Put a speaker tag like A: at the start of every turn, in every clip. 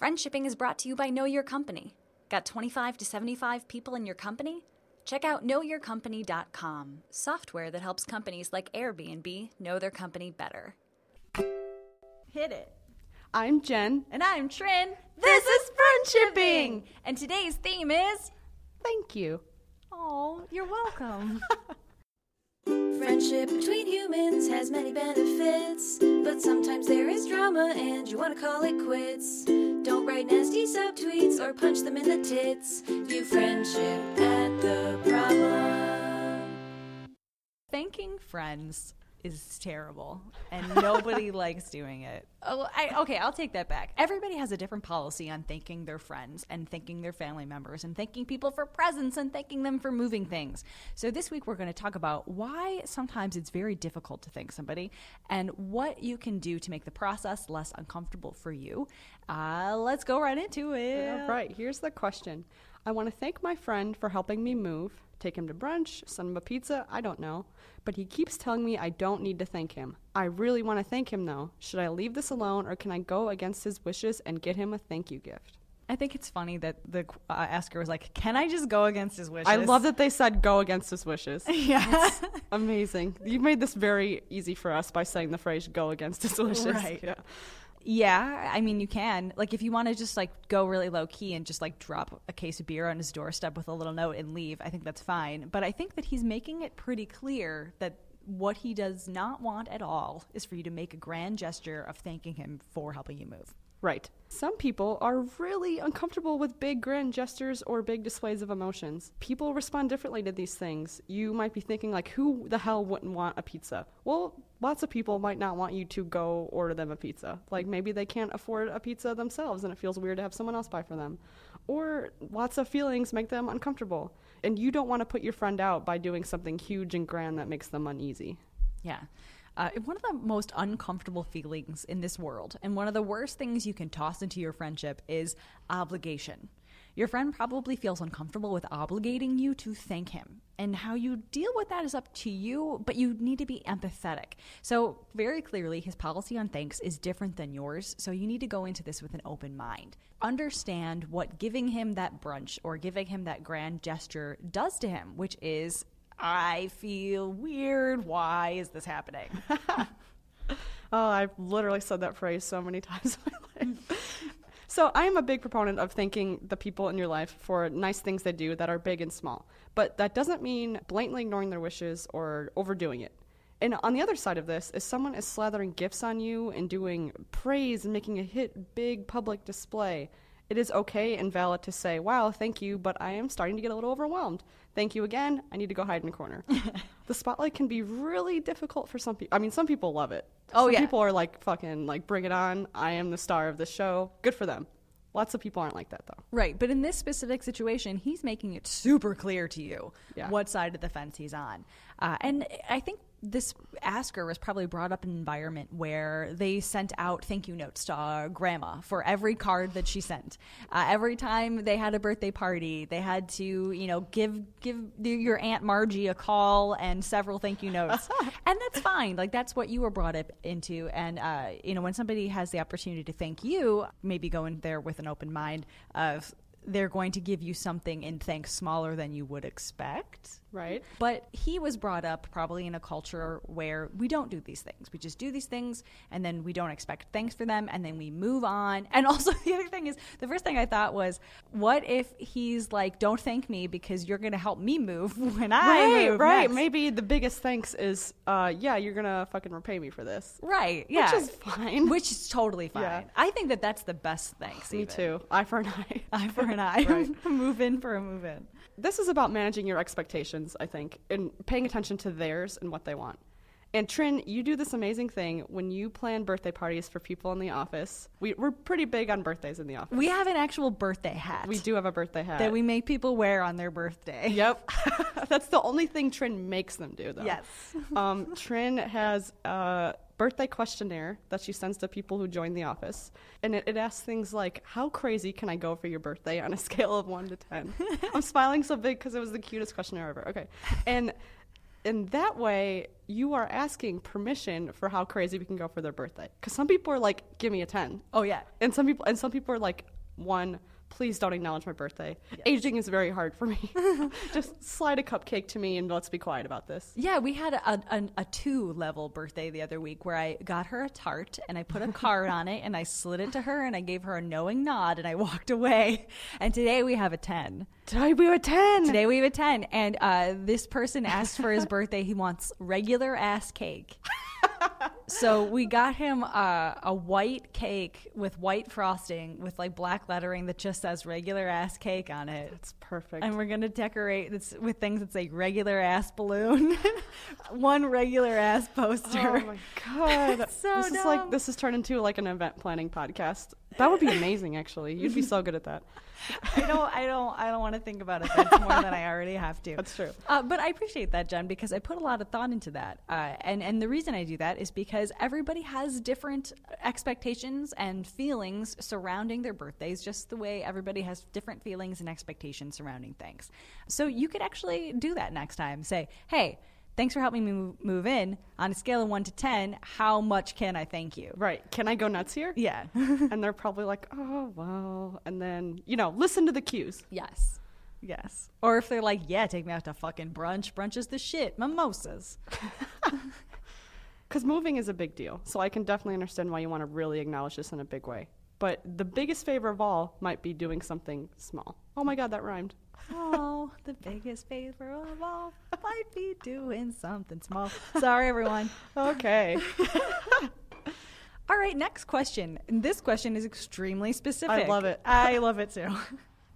A: Friendshipping is brought to you by Know Your Company. Got 25 to 75 people in your company? Check out knowyourcompany.com, software that helps companies like Airbnb know their company better.
B: Hit it.
C: I'm Jen.
B: And I'm Trin. This is Friendshipping! And today's theme is.
C: Thank you.
B: Oh, you're welcome.
D: Friendship between humans has many benefits, but sometimes there is drama and you want to call it quits. Don't write nasty subtweets or punch them in the tits. View friendship at the problem.
B: Thanking friends is terrible, and
E: nobody likes doing it.
B: Oh, I, okay, I'll take that back. Everybody has a different policy on thanking their friends and thanking their family members and thanking people for presents and thanking them for moving things. So, this week we're going to talk about why sometimes it's very difficult to thank somebody and what you can do to make the process less uncomfortable for you. Uh, let's go right into it.
C: All right, here's the question. I want to thank my friend for helping me move, take him to brunch, send him a pizza, I don't know. But he keeps telling me I don't need to thank him. I really want to thank him though. Should I leave this alone or can I go against his wishes and get him a thank you gift?
B: I think it's funny that the uh, asker was like, Can I just go against his wishes?
C: I love that they said go against his wishes.
B: Yeah.
C: Amazing. You made this very easy for us by saying the phrase go against his wishes.
B: Right.
C: Yeah.
B: Yeah, I mean you can. Like if you want to just like go really low key and just like drop a case of beer on his doorstep with a little note and leave, I think that's fine. But I think that he's making it pretty clear that what he does not want at all is for you to make a grand gesture of thanking him for helping you move.
C: Right. Some people are really uncomfortable with big grand gestures or big displays of emotions. People respond differently to these things. You might be thinking like who the hell wouldn't want a pizza? Well, lots of people might not want you to go order them a pizza. Like maybe they can't afford a pizza themselves and it feels weird to have someone else buy for them. Or lots of feelings make them uncomfortable. And you don't want to put your friend out by doing something huge and grand that makes them uneasy.
B: Yeah. Uh, one of the most uncomfortable feelings in this world, and one of the worst things you can toss into your friendship, is obligation. Your friend probably feels uncomfortable with obligating you to thank him. And how you deal with that is up to you, but you need to be empathetic. So, very clearly, his policy on thanks is different than yours. So, you need to go into this with an open mind. Understand what giving him that brunch or giving him that grand gesture does to him, which is I feel weird. Why is this happening?
C: Oh, I've literally said that phrase so many times in my life. so I am a big proponent of thanking the people in your life for nice things they do that are big and small. But that doesn't mean blatantly ignoring their wishes or overdoing it. And on the other side of this, if someone is slathering gifts on you and doing praise and making a hit big public display, it is okay and valid to say, wow, thank you, but I am starting to get a little overwhelmed. Thank you again. I need to go hide in a corner. the spotlight can be really difficult for some people. I mean, some people love it.
B: Oh,
C: Some
B: yeah.
C: people are like, fucking, like, bring it on. I am the star of the show. Good for them. Lots of people aren't like that, though.
B: right. But in this specific situation, he's making it super clear to you
C: Yeah.
B: what side of the fence he's on. Uh, and I think this asker was probably brought up in an environment where they sent out thank you notes to uh, grandma for every card that she sent. Uh, every time they had a birthday party, they had to, you know, give give the- your aunt Margie a call and several thank you notes. and that's fine. Like that's what you were brought up into. And uh, you know, when somebody has the opportunity to thank you, maybe go in there with an open mind of they're going to give you something in thanks smaller than you would expect.
C: Right?
B: But he was brought up probably in a culture where we don't do these things. We just do these things and then we don't expect thanks for them and then we move on. And also, the other thing is the first thing I thought was, what if he's like, don't thank me because you're going to help me move when I
C: right,
B: move?
C: right.
B: next."
C: Maybe the biggest thanks is, uh, yeah, you're going to fucking repay me for this.
B: Right. Yeah.
C: is fine.
B: Which is totally fine.
C: Yeah.
B: I think that that's the best thanks.
C: Me
B: even.
C: too. Eye for an eye.
B: Eye for an eye.
C: Right.
B: move in for a move in.
C: This is about managing your expectations, I think, and paying attention to theirs and what they want. And Trin, you do this amazing thing when you plan birthday parties for people in the office. We, we're pretty big on birthdays in the office.
B: We have an actual birthday hat
C: We do have a birthday hat.
B: that we make people wear on their birthday.
C: Yep. That's the only thing Trin makes them do, though.
B: Yes.
C: um, Trin has a birthday questionnaire that she sends to people who join the office. And it, it asks things like, How crazy can I go for your birthday on a scale of 1 to 10? I'm smiling so big because it was the cutest questionnaire ever. Okay. And in that way, you are asking permission for how crazy we can go for their birthday. Because some people are like, Give me a 10.
B: Oh, yeah.
C: And some people and some people are like, One, please don't acknowledge my birthday. Aging is very hard for me. Just slide a cupcake to me and let's be quiet about this.
B: Yeah, we had a, a, a two level birthday the other week where I got her a tart and I put a card on it and I slid it to her and I gave her a knowing nod and I walked away. And today we have a 10.
C: Today we were 10.
B: Today we have a 10. And uh, this person asked for his birthday, he wants regular ass cake. So we got him uh, a white cake with white frosting with like black lettering that just says regular ass cake on it.
C: It's perfect.
B: And we're gonna decorate this with things that say regular ass balloon, one regular ass poster.
C: Oh my god!
B: So
C: this is like
B: dumb.
C: this has turned into like an event planning podcast. That would be amazing, actually. You'd be so good at that.
B: I don't, I don't, I don't want to think about it. That's more than I already have to.
C: That's true.
B: Uh, but I appreciate that, Jen, because I put a lot of thought into that, uh, and and the reason I do that is because everybody has different expectations and feelings surrounding their birthdays, just the way everybody has different feelings and expectations surrounding things. So you could actually do that next time. Say, hey. Thanks for helping me move- move in. On a scale of one to 10, how much can I thank you?
C: Right? Can I go nuts here?
B: Yeah.
C: And they're probably like, oh well. And then you know, listen to the cues.
B: Yes. Yes. Or if they're like, yeah, take me out to fucking brunch. Brunch is the shit. Mimosas.
C: Because moving is a big deal. So I can definitely understand why you want to really acknowledge this in a big way. But the biggest favor of all might be doing something small. Oh my God, that rhymed.
B: oh, the biggest favor of all might be doing something small. Sorry, everyone.
C: Okay.
B: All right, next question. And this question is extremely specific.
C: I love it.
B: I love it too.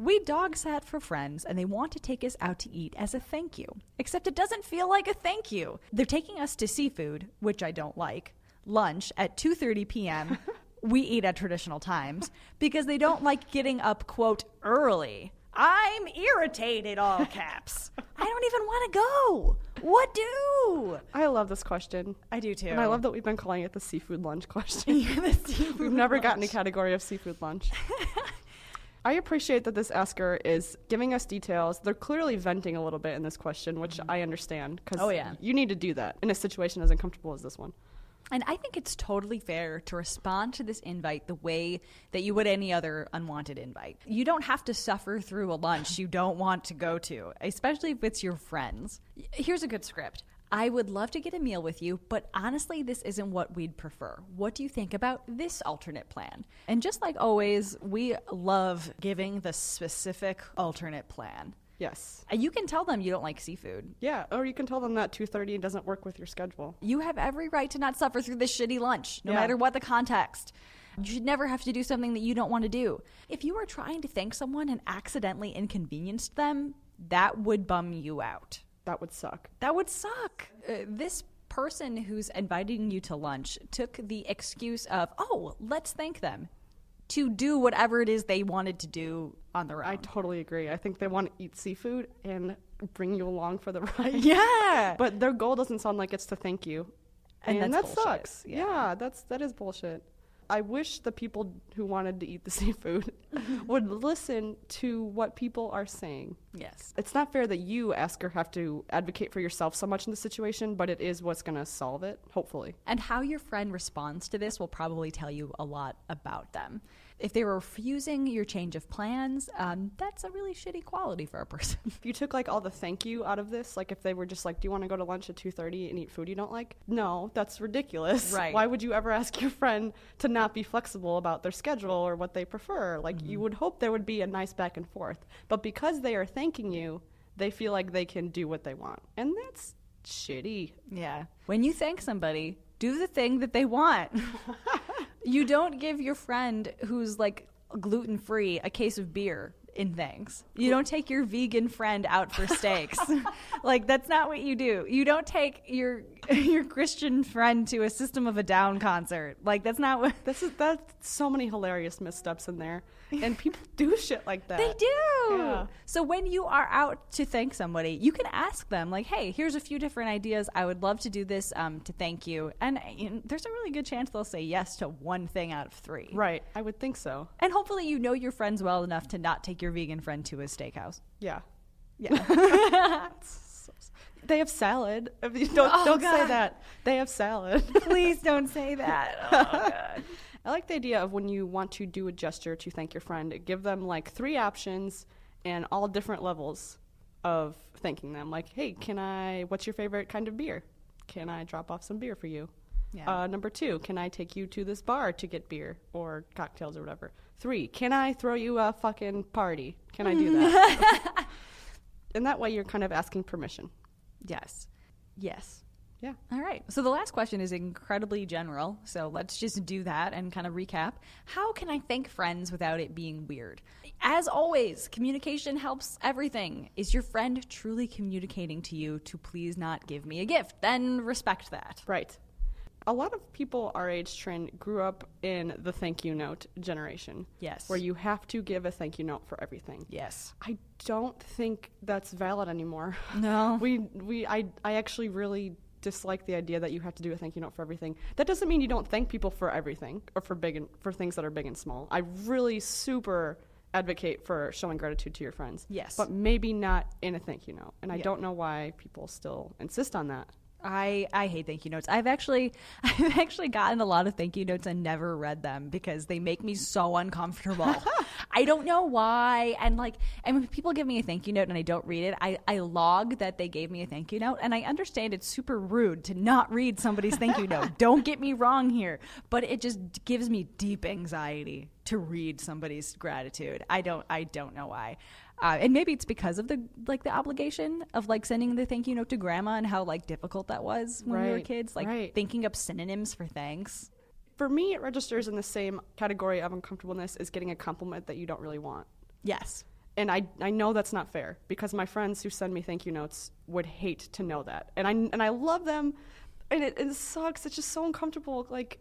B: We dog sat for friends and they want to take us out to eat as a thank you. Except it doesn't feel like a thank you. They're taking us to seafood, which I don't like, lunch at 2:30 p.m. we eat at traditional times because they don't like getting up quote early. I'm irritated all caps. I don't even want to go. What do?
C: I love this question.
B: I do too.
C: And I love that we've been calling it the seafood lunch question.
B: the seafood.
C: We've never gotten a category of seafood lunch. I appreciate that this asker is giving us details. They're clearly venting a little bit in this question, which I understand because
B: Oh, yeah.
C: you need to do that in a situation as uncomfortable as this one.
B: And I think it's totally fair to respond to this invite the way that you would any other unwanted invite. You don't have to suffer through a lunch you don't want to go to, especially if it's your friends. Y- Here's a good script. I would love to get a meal with you, but honestly, this isn't what we'd prefer. What do you think about this alternate plan? And just like always, we love giving the specific alternate plan.
C: Yes.
B: And You can tell them you don't like seafood.
C: Yeah. Or you can tell them that 2:30 doesn't work with your schedule.
B: You have every right to not suffer through this shitty lunch, no
C: Yeah.
B: matter what the context. You should never have to do something that you don't want to do. If you are trying to thank someone and accidentally inconvenienced them, that would bum you out.
C: That would suck.
B: That would suck. Uh, this person who's inviting you to lunch took the excuse of, oh, let's thank them to do whatever it is they wanted to do on their
C: I
B: own.
C: totally agree. I think they want to eat seafood and bring you along for the ride.
B: yeah.
C: But their goal doesn't sound like it's to thank you.
B: And
C: And,
B: that's
C: that
B: bullshit.
C: sucks.
B: Yeah.
C: Yeah. that's that is bullshit. I wish the people who wanted to eat the seafood would listen to what people are saying.
B: yes.
C: It's not fair that you, Asker, have to advocate for yourself so much in the situation, but it is what's going to solve it, hopefully.
B: And how your friend responds to this will probably tell you a lot about them. If they were refusing your change of plans, um, that's a really shitty quality for a person.
C: If you took like all the thank you out of this, like if they were just like, "Do you want to go to lunch at 2:30 and eat food you don't like?" No, that's ridiculous.
B: Right.
C: Why would you ever ask your friend to not be flexible about their schedule or what they prefer? Like
B: Mm-hmm.
C: you would hope there would be a nice back and forth. But because they are thanking you, they feel like they can do what they want. And that's shitty.
B: yeah. When you thank somebody, do the thing that they want. you don't give your friend who's like gluten free a case of beer in thanks. You don't take your vegan friend out for steaks. like that's not what you do. You don't take your your Christian friend to a System of a Down concert. Like that's not what
C: This is that's so many hilarious missteps in there. And people do shit like that.
B: They do.
C: Yeah.
B: So when you are out to thank somebody, you can ask them like, "Hey, here's a few different ideas. I would love to do this um, to thank you." And uh, you know, there's a really good chance they'll say yes to one thing out of three.
C: Right. I would think so.
B: And hopefully, you know your friends well enough to not take your vegan friend to a steakhouse.
C: Yeah.
B: Yeah.
C: They have salad. I mean, don't
B: Oh,
C: don't
B: God.
C: say that. They have salad.
B: Please don't say that. Oh, God.
C: I like the idea of when you want to do a gesture to thank your friend, give them like three options and all different levels of thanking them. Like, hey, can I, what's your favorite kind of beer? Can I drop off some beer for you?
B: Yeah.
C: Uh, number two, can I take you to this bar to get beer or cocktails or whatever? Three, can I throw you a fucking party? Can I do that? and that way you're kind of asking permission.
B: Yes. Yes.
C: Yeah.
B: All right. So the last question is incredibly general. So let's just do that and kind of recap. How can I thank friends without it being weird? As always, communication helps everything. Is your friend truly communicating to you to please not give me a gift? Then respect that.
C: Right. A lot of people our age trend grew up in the thank you note generation.
B: Yes.
C: Where you have to give a thank you note for everything.
B: Yes.
C: I don't think that's valid anymore.
B: No.
C: we we I I actually really dislike the idea that you have to do a thank you note for everything. That doesn't mean you don't thank people for everything or for big and for things that are big and small. I really super advocate for showing gratitude to your friends.
B: Yes.
C: But maybe not in a thank you note. And I don't know why people still insist on that.
B: I, I hate thank you notes. I've actually I've actually gotten a lot of thank you notes and never read them because they make me so uncomfortable. I don't know why. And like and when people give me a thank you note and I don't read it, I, I log that they gave me a thank you note and I understand it's super rude to not read somebody's thank you note. Don't get me wrong here. But it just gives me deep anxiety to read somebody's gratitude. I don't I don't know why. Uh, and maybe it's because of the like the obligation of like sending the thank you note to grandma and how like difficult that was when we were
C: Right,
B: kids, like
C: right.
B: thinking up synonyms for thanks.
C: For me, it registers in the same category of uncomfortableness as getting a compliment that you don't really want.
B: Yes.
C: and I, I know that's not fair because my friends who send me thank you notes would hate to know that and i and i love them and it, it sucks it's just so uncomfortable like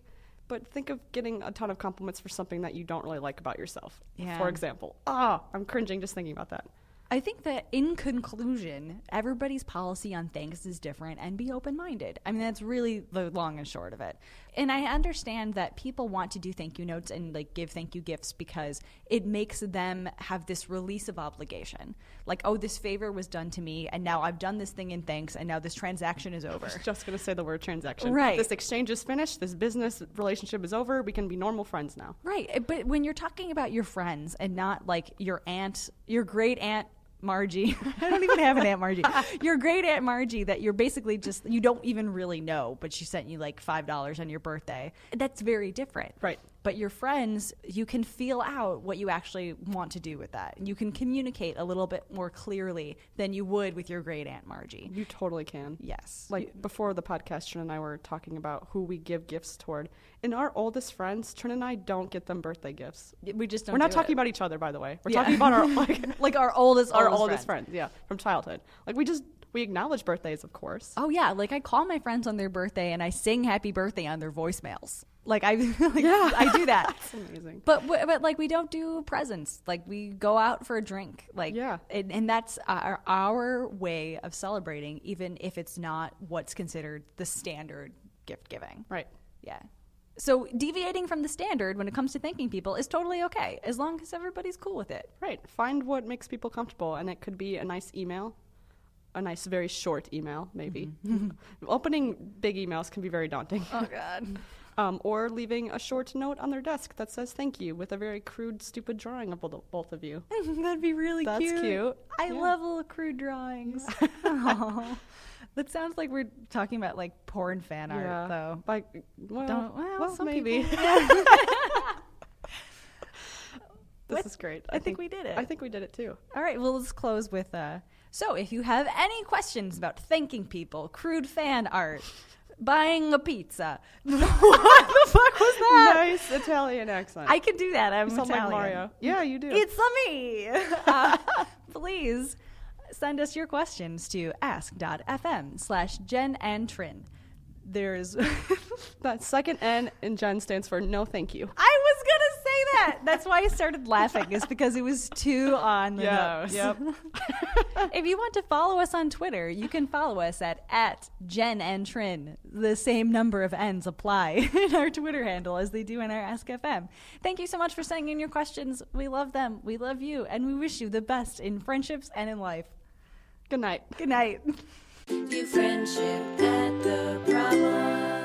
C: but think of getting a ton of compliments for something that you don't really like about yourself
B: Yeah.
C: for example ah i'm cringing just thinking about that
B: I think that in conclusion, everybody's policy on thanks is different and be open minded. I mean, that's really the long and short of it. And I understand that people want to do thank you notes and like give thank you gifts because it makes them have this release of obligation. Like, oh, this favor was done to me, and now I've done this thing in thanks, and now this transaction is over.
C: just going to say the word transaction
B: Right.
C: this exchange is finished this business relationship is over we can be normal friends now
B: Right. uh, But when you're talking about your friends and not like your aunt, your great aunt Margie, I don't even have an aunt Margie. Your great aunt Margie that you're basically just, you don't even really know, but she sent you like $5 on your birthday. That's very different.
C: Right.
B: But your friends, you can feel out what you actually want to do with that. You can communicate a little bit more clearly than you would with your great aunt Margie.
C: you totally can
B: Yes.
C: Mm-hmm. like before the podcast, Trin and I were talking about who we give gifts toward. And our oldest friends, Trin and I don't get them birthday gifts.
B: we just don't
C: We're not
B: do
C: talking
B: it.
C: about each other, by the way. We're
B: Yeah.
C: talking about our like
B: like our oldest,
C: our
B: oldest
C: oldest
B: friend.
C: friends, yeah, from childhood. Like we just we acknowledge birthdays, of course.
B: Oh yeah, like I call my friends on their birthday and I sing happy birthday on their voicemails. Like I like, I do that.
C: Amazing.
B: But w- but like we don't do presents. Like we go out for a drink. Like
C: Yeah.
B: and, and that's our our way of celebrating even if it's not what's considered the standard gift giving.
C: Right.
B: Yeah. So deviating from the standard when it comes to thanking people is totally okay as long as everybody's cool with it.
C: Right. Find what makes people comfortable and it could be a nice email. A nice, very short email, maybe.
B: Mm-hmm.
C: Opening big emails can be very daunting.
B: Oh god.
C: um, or leaving a short note on their desk that says thank you with a very crude, stupid drawing of both- both of you.
B: That'd be really
C: That's
B: cute.
C: cute.
B: I
C: Yeah.
B: love little crude drawings. Aw. that sounds like we're talking about like porn fan art, though.
C: Like, well,
B: Don't- well,
C: well,
B: some
C: maybe.
B: people-
C: this is great.
B: I think we did it.
C: I think we did it too.
B: All right, well, let's close with uh, so if you have any questions about thanking people, crude fan art, buying a pizza, what the fuck was that?
C: nice Italian accent.
B: Ah! I can do that. I'm
C: You sound
B: Italian.
C: like Mario. Yeah, you do.
B: It's a me. Uh, please send us your questions to ask.fm slash Jen and Trin. There's. I
C: that second N in Jen stands for no thank you.
B: was going to say that. That's why I started laughing, is because it was too on the nose. if you want to follow us on Twitter, you can follow us at, at Jen and Trin. The same number of N's apply in our Twitter handle as they do in our Ask FM. Thank you so much for sending in your questions. We love them. We love you. And we wish you the best in friendships and in life.
C: Good night.
B: Good night.
D: View friendship at the problem.